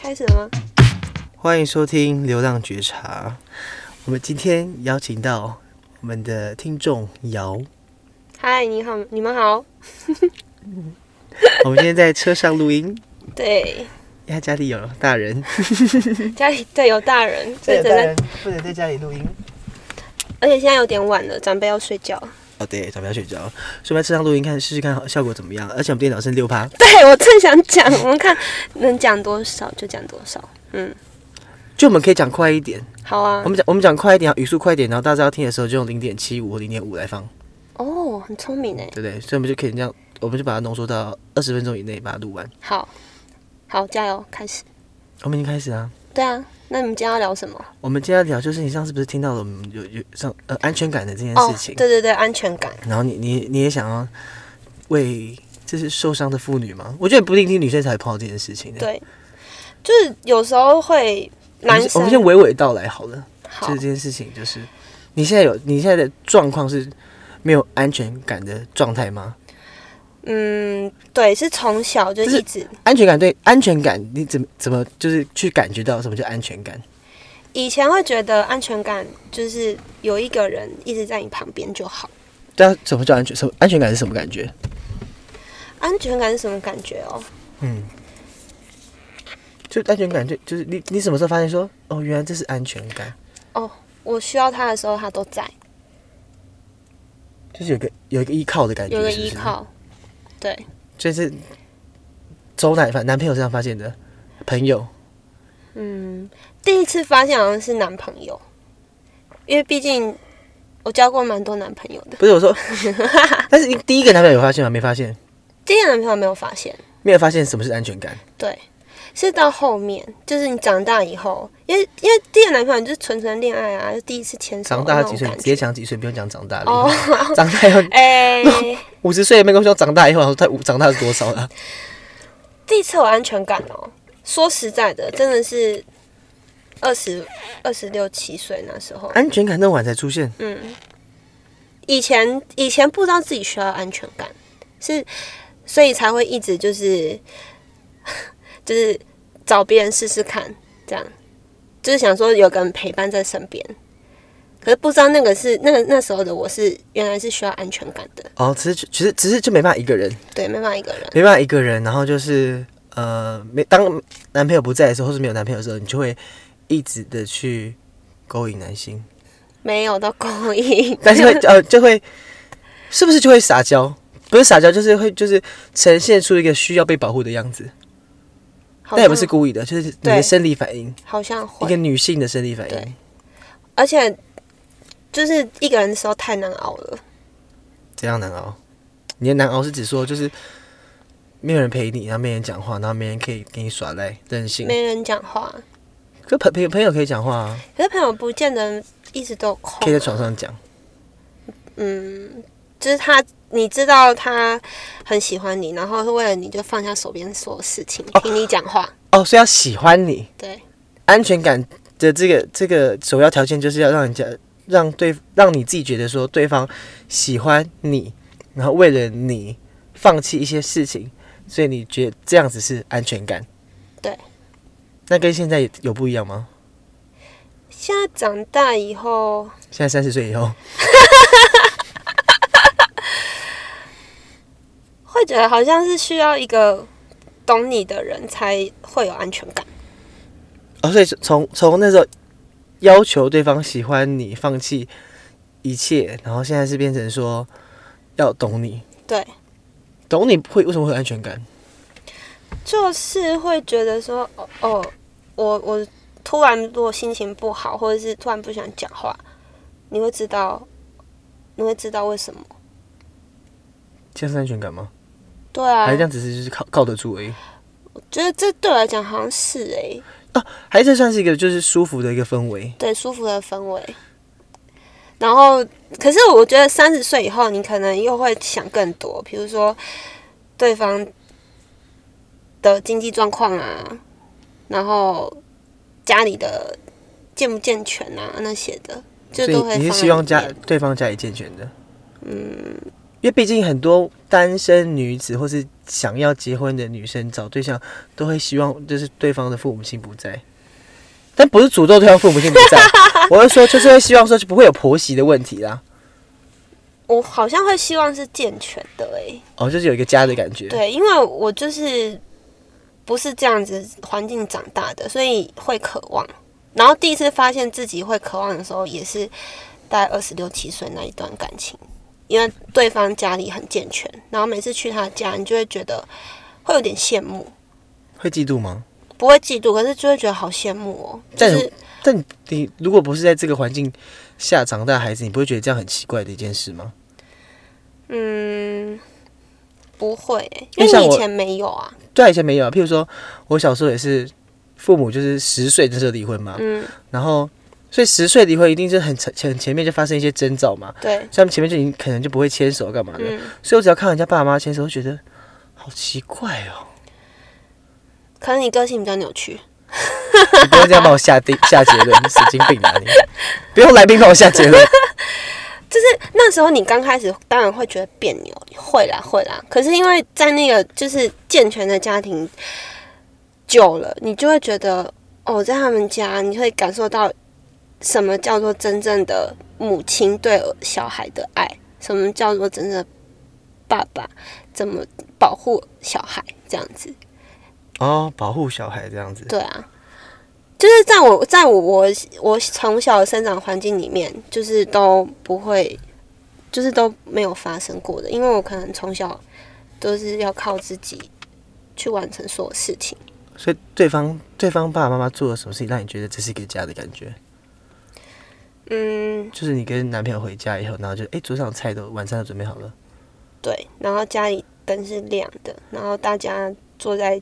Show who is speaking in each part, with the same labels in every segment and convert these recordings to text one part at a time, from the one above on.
Speaker 1: 开始了吗？
Speaker 2: 欢迎收听《流浪觉察》。我们今天邀请到我们的听众姚，
Speaker 1: 嗨，你好，你们好。
Speaker 2: 我们今天在车上录音，
Speaker 1: 对，
Speaker 2: 因为他家里有大人，
Speaker 1: 家里对有大人，所以
Speaker 2: 有
Speaker 1: 只能，
Speaker 2: 不能在家里录音。
Speaker 1: 而且现在有点晚了，长辈要睡 觉。
Speaker 2: 哦，对，咱们要睡觉，所以我们在车上录音看试试看好效果怎么样。而且我们电脑是六趴，
Speaker 1: 对我正想讲，我们看能讲多少就讲多少。嗯，
Speaker 2: 就我们可以讲快一点，
Speaker 1: 好啊
Speaker 2: 我。们讲我们讲快一点，然后语速快一点，然后大家要听的时候就用零点七五或零点五来放，
Speaker 1: 哦，很聪明哎。
Speaker 2: 对不对？所以我们就可以这样，我们就把它浓缩到二十分钟以内把它录完。
Speaker 1: 好，好，加油，开始。
Speaker 2: 我们已经开始啊。
Speaker 1: 对啊，那你们今天要聊什么？
Speaker 2: 我们今天要聊就是你上次不是听到了我们有有上呃安全感的这件
Speaker 1: 哦
Speaker 2: 事，情，
Speaker 1: 对对对，安全感。
Speaker 2: 然后你你你也想要为这是受伤的妇女吗？我觉得不一定是女生才碰到这件事情的。
Speaker 1: 对就是有时候会
Speaker 2: 我
Speaker 1: 男
Speaker 2: 们先，我
Speaker 1: 生
Speaker 2: 们先娓娓道来好了。
Speaker 1: 好
Speaker 2: 就是这件事情，就是你现在有你现在的状况是没有安全感的状态吗？
Speaker 1: 嗯，对，是从小就
Speaker 2: 就是
Speaker 1: 一直
Speaker 2: 安全感对安全感，你怎么怎么就是去感觉到什么叫安全感？
Speaker 1: 以前会觉得安全感就是有一个人一直在你旁边就好。
Speaker 2: 对啊，什么叫安全？什么安全感是什么感觉？
Speaker 1: 安全感是什么感觉哦？
Speaker 2: 嗯，就安全感就就是你你什么时候发现说哦，原来这是安全感，
Speaker 1: 哦我需要他的时候，他都在，
Speaker 2: 就是有个有一个依靠的感觉，
Speaker 1: 有个
Speaker 2: 是不
Speaker 1: 依
Speaker 2: 是，
Speaker 1: 靠。对，
Speaker 2: 就是周奶凡男朋友身上发现的朋友，
Speaker 1: 嗯，第一次发现好像是男朋友，因为毕竟我交过蛮多男朋友的，
Speaker 2: 不是 我说，但是你第一个男朋友有发现吗？没发现，
Speaker 1: 第一个男朋友没有发现，
Speaker 2: 没有发现什么是安全感。
Speaker 1: 对，是到后面，就是你长大以后，因为因为第一个男朋友就是纯纯恋爱啊，就第一次牵手
Speaker 2: 长
Speaker 1: 啊
Speaker 2: 大
Speaker 1: 那
Speaker 2: 了
Speaker 1: 种
Speaker 2: 几岁？
Speaker 1: 感
Speaker 2: 直接
Speaker 1: 觉。
Speaker 2: 讲几岁，不用讲长大了。
Speaker 1: 哦，
Speaker 2: 长大以后
Speaker 1: 哎、
Speaker 2: 五十岁也没跟我说长大以后，我说他五长大是多少了？
Speaker 1: 第一次有安全感哦。说实在的，真的是二十二十六七岁那时候，
Speaker 2: 安全感那晚才出现，
Speaker 1: 嗯，以前以前不知道自己需要安全感，是所以才会一直就是 就是找别人试试看，这样就是想说有个人陪伴在身边。可是不知道那个是那个那时候的我是原来是需要安全感的，
Speaker 2: 哦，只是只是只是就没办法一个人，
Speaker 1: 对，没办法一个人，
Speaker 2: 没办法一个人，然后就是呃，没当男朋友不在的时候，或是没有男朋友的时候，你就会一直的去勾引男性，
Speaker 1: 没有到勾 引，
Speaker 2: 但是会呃就会是不是就会撒娇？不是撒娇，就是会就是呈现出一个需要被保护的样子，
Speaker 1: 哦好
Speaker 2: 但也不
Speaker 1: 像
Speaker 2: 是故意的，就是你
Speaker 1: 对
Speaker 2: 的生理反应，
Speaker 1: 好像
Speaker 2: 一
Speaker 1: 会
Speaker 2: 个，女性的生理反应
Speaker 1: 对。而且就是一个人的时候太难熬了，
Speaker 2: 怎样难熬？你的难熬是指说就是没有人陪你，然后没人讲话，然后没人可以给你耍赖任性。
Speaker 1: 没人讲话，
Speaker 2: 可朋朋友朋友可以讲话啊，
Speaker 1: 可是朋友不见得一直都有空、啊，
Speaker 2: 可以在床上讲。
Speaker 1: 嗯，就是他，你知道他很喜欢你，然后是为了你就放下手边所有事情，听你讲话。
Speaker 2: 哦，所以要喜欢你，
Speaker 1: 对，
Speaker 2: 安全感的这个这个首要条件就是要让人家让对让你自己觉得说对方喜欢你，然后为了你放弃一些事情，所以你觉得这样子是安全感。
Speaker 1: 对。
Speaker 2: 那跟现在有不一样吗？
Speaker 1: 现在长大以后，
Speaker 2: 现在三十岁以后，
Speaker 1: 会觉得好像是需要一个懂你的人才会有安全感。
Speaker 2: 哦，所以从从那时候要求对方喜欢你，放弃一切，然后现在是变成说要懂你，
Speaker 1: 对，
Speaker 2: 懂你会为什么会有安全感？
Speaker 1: 就是会觉得说，哦，哦我我突然如果心情不好，或者是突然不想讲话，你会知道，你会知道为什么。
Speaker 2: 这样是安全感吗？
Speaker 1: 对啊
Speaker 2: 还是，这样只是就是靠靠得住而已？
Speaker 1: 觉得这对我来讲好像是欸诶、
Speaker 2: 还是这算是一个就是舒服的一个氛围？
Speaker 1: 对舒服的氛围。然后，可是我觉得三十岁以后，你可能又会想更多，比如说对方的经济状况啊，然后家里的健不健全啊那些的，就
Speaker 2: 所
Speaker 1: 都会
Speaker 2: 以你是
Speaker 1: 放在
Speaker 2: 希望
Speaker 1: 里
Speaker 2: 家
Speaker 1: 面
Speaker 2: 对方家里健全的？
Speaker 1: 嗯，
Speaker 2: 因为毕竟很多单身女子或是想要结婚的女生找对象，都会希望就是对方的父母亲不在，但不是诅咒对方父母亲不在， 我是说就是会希望说就不会有婆媳的问题啦。
Speaker 1: 我好像会希望是健全的欸诶、
Speaker 2: 哦，就是有一个家的感觉。
Speaker 1: 对，因为我就是不是这样子环境长大的，所以会渴望。然后第一次发现自己会渴望的时候，也是大概二十六七岁那一段感情，因为对方家里很健全，然后每次去他家，你就会觉得会有点羡慕，
Speaker 2: 会嫉妒吗？
Speaker 1: 不会嫉妒，可是就会觉得好羡慕哦。就
Speaker 2: 但
Speaker 1: 是
Speaker 2: 但你如果不是在这个环境下长大的孩子，你不会觉得这样很奇怪的一件事吗？
Speaker 1: 嗯，不会欸、
Speaker 2: 因
Speaker 1: 因
Speaker 2: 为
Speaker 1: 为
Speaker 2: 像
Speaker 1: 你以
Speaker 2: 我
Speaker 1: 前没有啊。
Speaker 2: 对啊，以前没有啊。譬如说，我小时候也是，父母就是十岁那时候离婚嘛，
Speaker 1: 嗯，
Speaker 2: 然后所以十岁离婚一定是很前前前面就发生一些征兆嘛，
Speaker 1: 对，
Speaker 2: 所以他们前面就已经可能就不会牵手干嘛的。
Speaker 1: 嗯，
Speaker 2: 所以我只要看人家爸妈牵手，我就觉得好奇怪哦，
Speaker 1: 可能你个性比较扭曲。
Speaker 2: 你不要这样帮我下定下结论，你神经病 啊你！不用来宾帮我下结论，
Speaker 1: 那时候你刚开始当然会觉得别扭，会啦会啦。可是因为在那个就是健全的家庭久了，你就会觉得哦，在他们家你会感受到什么叫做真正的母亲对小孩的爱，什么叫做真正的爸爸怎么保护小孩这样子。
Speaker 2: 哦，保护小孩这样子。
Speaker 1: 对啊，就是在我在我我我从小的生长环境里面，就是都不会，就是都没有发生过的，因为我可能从小都是要靠自己去完成所有事情。
Speaker 2: 所以对方对方爸爸妈妈做了什么事情，让你觉得这是一个家的感觉？
Speaker 1: 嗯，
Speaker 2: 就是你跟男朋友回家以后，然后就哎、诶桌上的菜都晚餐都准备好了，
Speaker 1: 对，然后家里灯是亮的，然后大家坐在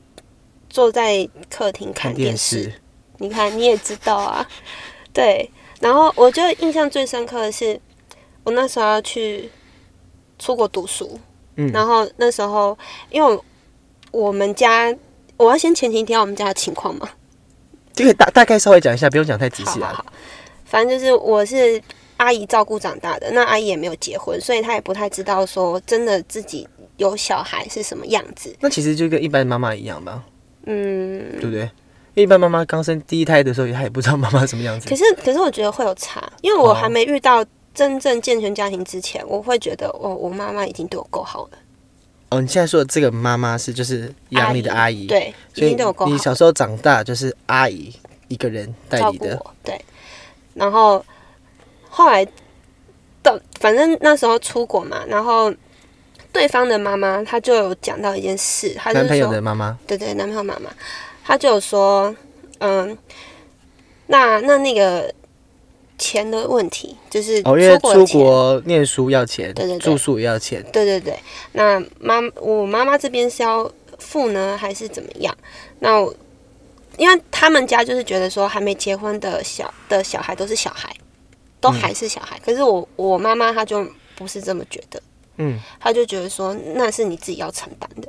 Speaker 1: 坐在客厅看
Speaker 2: 看
Speaker 1: 电
Speaker 2: 电
Speaker 1: 视，
Speaker 2: 视，
Speaker 1: 你看你也知道啊， 对。然后我觉得印象最深刻的是，我那时候要去出国读书，
Speaker 2: 嗯
Speaker 1: 然后那时候因为我我们家，我要先前情提要我们家的情况嘛，
Speaker 2: 这个大大概稍微讲一下，不用讲太仔
Speaker 1: 好
Speaker 2: 细
Speaker 1: 好
Speaker 2: 啊
Speaker 1: 好。，反正就是我是阿姨照顾长大的，那阿姨也没有结婚，所以她也不太知道说真的自己有小孩是什么样子，
Speaker 2: 那其实就跟一般妈妈一样吧，
Speaker 1: 嗯。
Speaker 2: 对不对？因为一般妈妈刚生第一胎的时候，她也不知道妈妈什么样子
Speaker 1: 可。是，可是我觉得会有差，因为我
Speaker 2: 哦
Speaker 1: 还没遇到真正健全家庭之前，我会觉得，哦，我妈妈已经对我够好了，
Speaker 2: 哦，你现在说的这个妈妈是就是养你的阿姨，，
Speaker 1: 对，已
Speaker 2: 所以
Speaker 1: 经对我够
Speaker 2: 你
Speaker 1: 好
Speaker 2: 小时候长大就是阿姨一个人带
Speaker 1: 照
Speaker 2: 你
Speaker 1: 顾
Speaker 2: 的，
Speaker 1: 我，对。然后后来到，反正那时候出国嘛，然后对方的妈妈她就有讲到一件事，她就
Speaker 2: 男朋
Speaker 1: 是
Speaker 2: 友
Speaker 1: 说，
Speaker 2: 的妈妈，
Speaker 1: 对对，男朋友妈妈，她就有说，嗯，那那那个钱的问题，就是
Speaker 2: 哦，因为
Speaker 1: 的
Speaker 2: 出
Speaker 1: 钱
Speaker 2: 国念书要钱，
Speaker 1: 对对对
Speaker 2: 住宿也要钱，
Speaker 1: 对对对，那妈我妈妈这边是要付呢，还是怎么样？那我因为他们家就是觉得说还没结婚的小的小孩都是小孩，都还是小孩。可是我我妈妈她就不是这么觉得，
Speaker 2: 嗯，
Speaker 1: 她就觉得说那是你自己要承担的，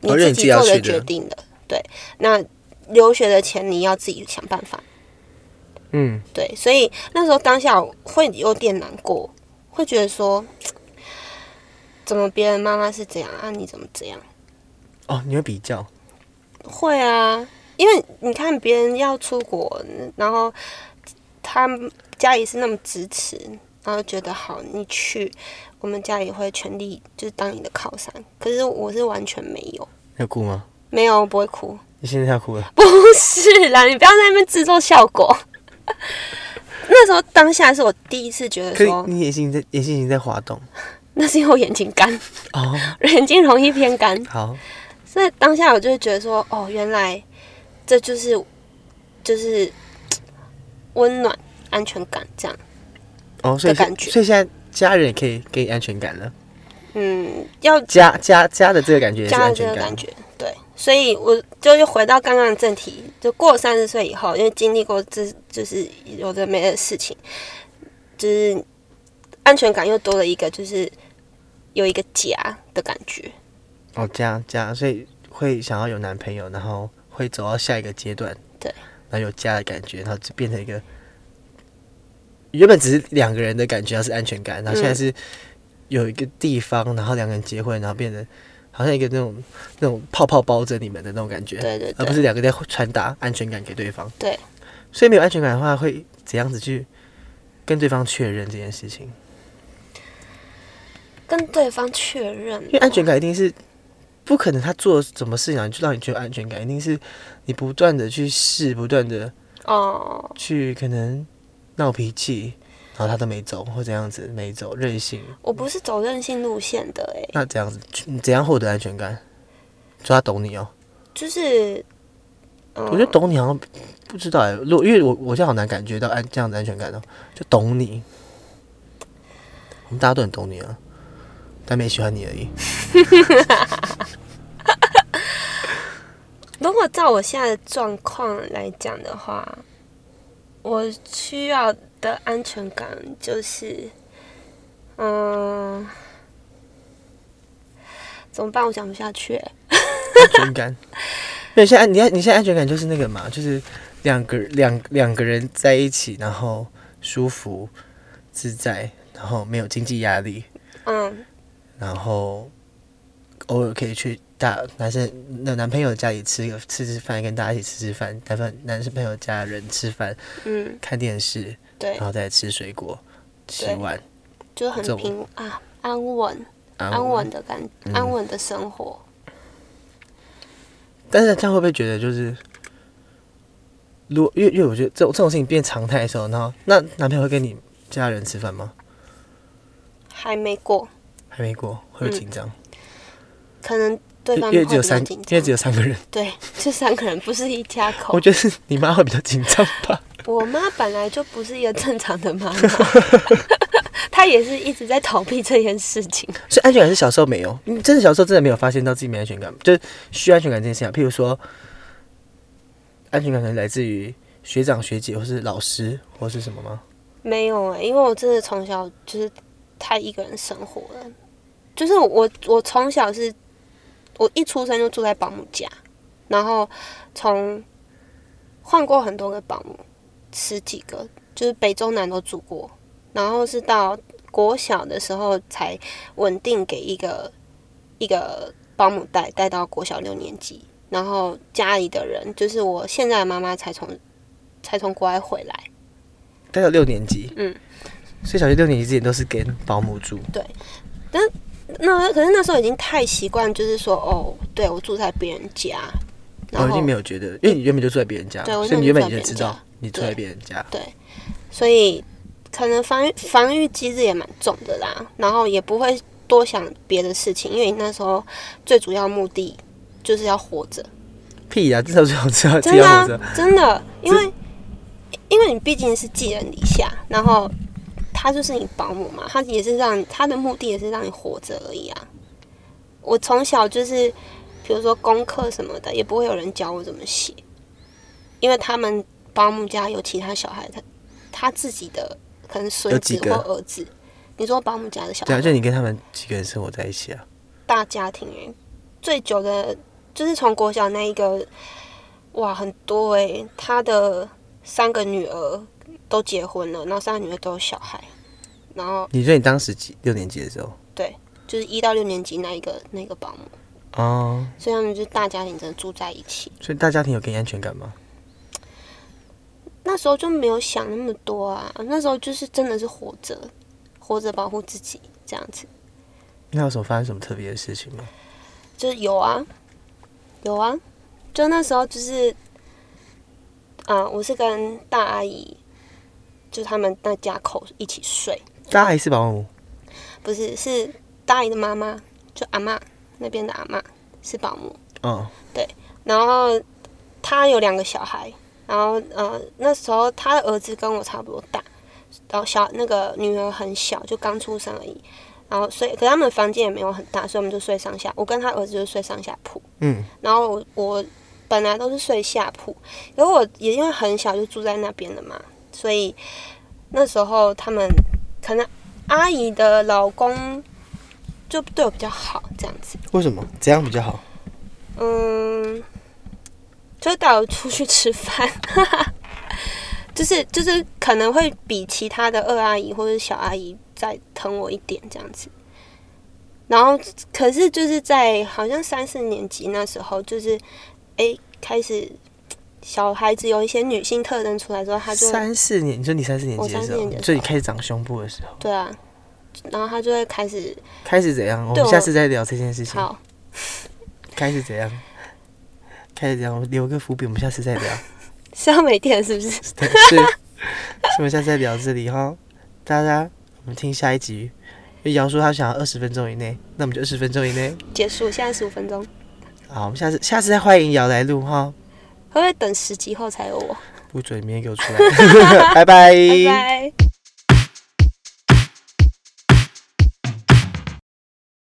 Speaker 1: 你
Speaker 2: 而且你自己
Speaker 1: 己
Speaker 2: 要
Speaker 1: 做的
Speaker 2: 去的
Speaker 1: 决定的。对，那留学的钱你要自己想办法。
Speaker 2: 嗯，
Speaker 1: 对，所以那时候当下会有点难过，会觉得说，怎么别人妈妈是这样啊，你怎么这样？
Speaker 2: 哦，你会比较，
Speaker 1: 会啊，因为你看别人要出国，然后他们家里是那么支持，然后觉得好，你去，我们家里会全力就是当你的靠山。可是我是完全没有，
Speaker 2: 要哭吗？
Speaker 1: 没有我不会哭，
Speaker 2: 你现在要哭了，
Speaker 1: 不是啦，你不要在那边制作效果。 那时候当下是我第一次觉得
Speaker 2: 可是
Speaker 1: 说，
Speaker 2: 你眼睛在眼睛已经在滑动
Speaker 1: 那是因为我眼睛干，
Speaker 2: 哦。
Speaker 1: 眼睛容易偏干，
Speaker 2: 好，
Speaker 1: 所以当下我就会觉得说，哦，原来这就是就是嘖温暖、安全感这样。
Speaker 2: 哦，所以
Speaker 1: 的感觉
Speaker 2: 所以现在家人也可以给你安全感了，
Speaker 1: 嗯，要
Speaker 2: 家家家的这个感觉也是
Speaker 1: 加
Speaker 2: 安
Speaker 1: 了这
Speaker 2: 全
Speaker 1: 个
Speaker 2: 感
Speaker 1: 感。觉，对。所以我就又回到刚刚的正题，就过三十岁以后，因为经历过这就是有的没的事情，就是安全感又多了一个，就是有一个家的感觉。
Speaker 2: 哦，家家，所以会想要有男朋友，然后会走到下一个阶段，
Speaker 1: 对，
Speaker 2: 然后有家的感觉，然后就变成一
Speaker 1: 嗯
Speaker 2: 个原本只是两个人的感觉，然后是安全感，然后现在是有一个地方，然后两个人结婚，然后变成好像一个那种那种泡泡包着你们的那种感觉，
Speaker 1: 对对
Speaker 2: 而不
Speaker 1: 对，
Speaker 2: 是两个在传达安全感给对方。
Speaker 1: 对，
Speaker 2: 所以没有安全感的话，会怎样子去跟对方确认这件事情？
Speaker 1: 跟对方确认
Speaker 2: 因为安全感一定是不可能他做什么事情啊就让你觉得安全感，一定是你不断的去试，不断的
Speaker 1: 哦，
Speaker 2: 去可能闹脾气，然后他都没走，或怎样子没走，任性。
Speaker 1: 我不是走任性路线的欸诶、
Speaker 2: 那怎样子去你怎样获得安全感？就他懂你哦、
Speaker 1: 就是，嗯、
Speaker 2: 我觉得懂你好像不知道哎、如果因为我我现在好难感觉到安这样的安全感哦、就懂你，我们大家都很懂你啊，但没喜欢你而已。
Speaker 1: 如果照我现在的状况来讲的话，我需要的安全感就是，嗯，怎么办？我讲不下去欸、
Speaker 2: 安全感。对，现在你现在你现在安全感就是那个嘛，就是两个两两个人在一起，然后舒服自在，然后没有经济压力，
Speaker 1: 嗯，
Speaker 2: 然后偶尔可以去大男生那男朋友家里吃个吃吃饭，跟大家一起吃吃饭，男朋男生朋友家人吃饭，
Speaker 1: 嗯，
Speaker 2: 看电视，
Speaker 1: 对
Speaker 2: 然，后再吃水果，洗
Speaker 1: 对
Speaker 2: 碗，
Speaker 1: 就很
Speaker 2: 啊这种
Speaker 1: 平啊，安稳，
Speaker 2: 安嗯
Speaker 1: 安稳的感，安稳的生活。
Speaker 2: 但是这样会不会觉得就是，如果因为因为我觉得这种这种事情变常态的时候，然后那男朋友会跟你家人吃饭吗？
Speaker 1: 还没过，
Speaker 2: 还没过，会
Speaker 1: 嗯
Speaker 2: 不会紧张？
Speaker 1: 可能对方
Speaker 2: 因为
Speaker 1: 会
Speaker 2: 只有
Speaker 1: 比较
Speaker 2: 三，
Speaker 1: 紧
Speaker 2: 因为只
Speaker 1: 张。
Speaker 2: 有三个人，
Speaker 1: 对， 这三个人不是一家口
Speaker 2: 我。觉得是你妈会比较紧张吧。
Speaker 1: 我妈本来就不是一个正常的妈 妈，她也是一直在逃避这件事情。
Speaker 2: 所以安全感是小时候没有，你真的小时候真的没有发现到自己没安全感，就是需要安全感这件事情啊。譬如说，安全感可能来自于学长学姐或是老师或是什么吗？
Speaker 1: 没有哎、因为我真的从小就是太一个人生活了，就是我我从小是，我一出生就住在保姆家，然后从换过很多个保姆，十几个，就是北中南都住过，然后是到国小的时候才稳定给一个一个保姆带，带到国小六年级，然后家里的人就是我现在的妈妈才从才从国外回来。
Speaker 2: 大概六年级，
Speaker 1: 嗯，
Speaker 2: 所以小学六年级之前都是跟保姆住，
Speaker 1: 那可是那时候已经太习惯，就是说哦，对我住在别人家，
Speaker 2: 然
Speaker 1: 然
Speaker 2: 后哦已经
Speaker 1: 后
Speaker 2: 没有觉得，因为你原本就住在别人家，
Speaker 1: 对我
Speaker 2: 所以你
Speaker 1: 原
Speaker 2: 原
Speaker 1: 本
Speaker 2: 本
Speaker 1: 就
Speaker 2: 你就
Speaker 1: 住在
Speaker 2: 知
Speaker 1: 别人
Speaker 2: 道你住在别人家，
Speaker 1: 所以可能防御防御机制也蛮重的啦，然后也不会多想别的事情，因为你那时候最主要目的就是要活着，
Speaker 2: 屁呀、至少最好知 道自
Speaker 1: 真
Speaker 2: 己
Speaker 1: 的
Speaker 2: 要活
Speaker 1: 啊、
Speaker 2: 着。
Speaker 1: 真的，因为因为你毕竟是寄人篱下，然后他就是你保姆嘛，他也是让他的目的也是让你活着而已啊。我从小就是，比如说功课什么的，也不会有人教我怎么写，因为他们保姆家有其他小孩，他他自己的可能孙
Speaker 2: 有
Speaker 1: 子
Speaker 2: 几
Speaker 1: 或
Speaker 2: 个
Speaker 1: 儿子。你说保姆家的小
Speaker 2: 对啊，
Speaker 1: 孩，
Speaker 2: 就你跟他们几个人生活在一起啊，
Speaker 1: 大家庭哎、最久的就是从国小那一个，哇，很多哎、他的三个女儿都结婚了，然后三个女儿都有小孩，然后
Speaker 2: 你说你当时几六年级的时候，
Speaker 1: 就是一到六年级那一个那个保姆，
Speaker 2: 哦，
Speaker 1: 所以他们就是大家庭真的住在一起。
Speaker 2: 所以大家庭有给你安全感吗？
Speaker 1: 那时候就没有想那么多啊，那时候就是真的是活着，活着保护自己这样子，
Speaker 2: 那有什么发生什么特别的事情吗？
Speaker 1: 就是有啊，有啊，就那时候就是，啊、我是跟大阿姨，就他们那家口一起睡，
Speaker 2: 大家还是保姆，
Speaker 1: 不是是大姨的妈妈，就阿嬷那边的阿嬷是保姆，
Speaker 2: 哦，
Speaker 1: 然后她有两个小孩，然后呃那时候她的儿子跟我差不多大，然后小那个女儿很小，就刚出生而已，然后所以可是他们房间也没有很大，所以我们就睡上下，我跟她儿子就睡上下铺，
Speaker 2: 嗯，
Speaker 1: 然后我我本来都是睡下铺，可是我也因为很小就住在那边了嘛，所以那时候他们可能阿姨的老公就对我比较好，这样子，
Speaker 2: 为什么怎样比较好？
Speaker 1: 嗯，就带我出去吃饭， 就是就是可能会比其他的二阿姨或者小阿姨再疼我一点这样子，然后可是就是在好像三四年级那时候，就是哎开始小孩子有一些女性特征出来之后，他就
Speaker 2: 三四年，你说你三四年级的时
Speaker 1: 我三四
Speaker 2: 候
Speaker 1: 年级，的时候
Speaker 2: 就你开始长胸部的时候，
Speaker 1: 对啊，然后他就会开始
Speaker 2: 开始怎样？我
Speaker 1: 对
Speaker 2: 们
Speaker 1: 我
Speaker 2: 下次再聊这件事情。
Speaker 1: 好
Speaker 2: 开始怎样？开始怎样？我留个伏笔，我们下次再聊。
Speaker 1: 是要没电是不是？
Speaker 2: 对， 是，是我们下次再聊这里哈。大家，我们听下一集。因为瑶说她想要二十分钟以内，那我们就二十分钟以内。
Speaker 1: 结束，现在十五分钟，
Speaker 2: 好，我们下次下次再欢迎瑶来录哈，
Speaker 1: 会不会等十集后才有我？
Speaker 2: 不准明天给我出来，拜拜
Speaker 1: 拜拜。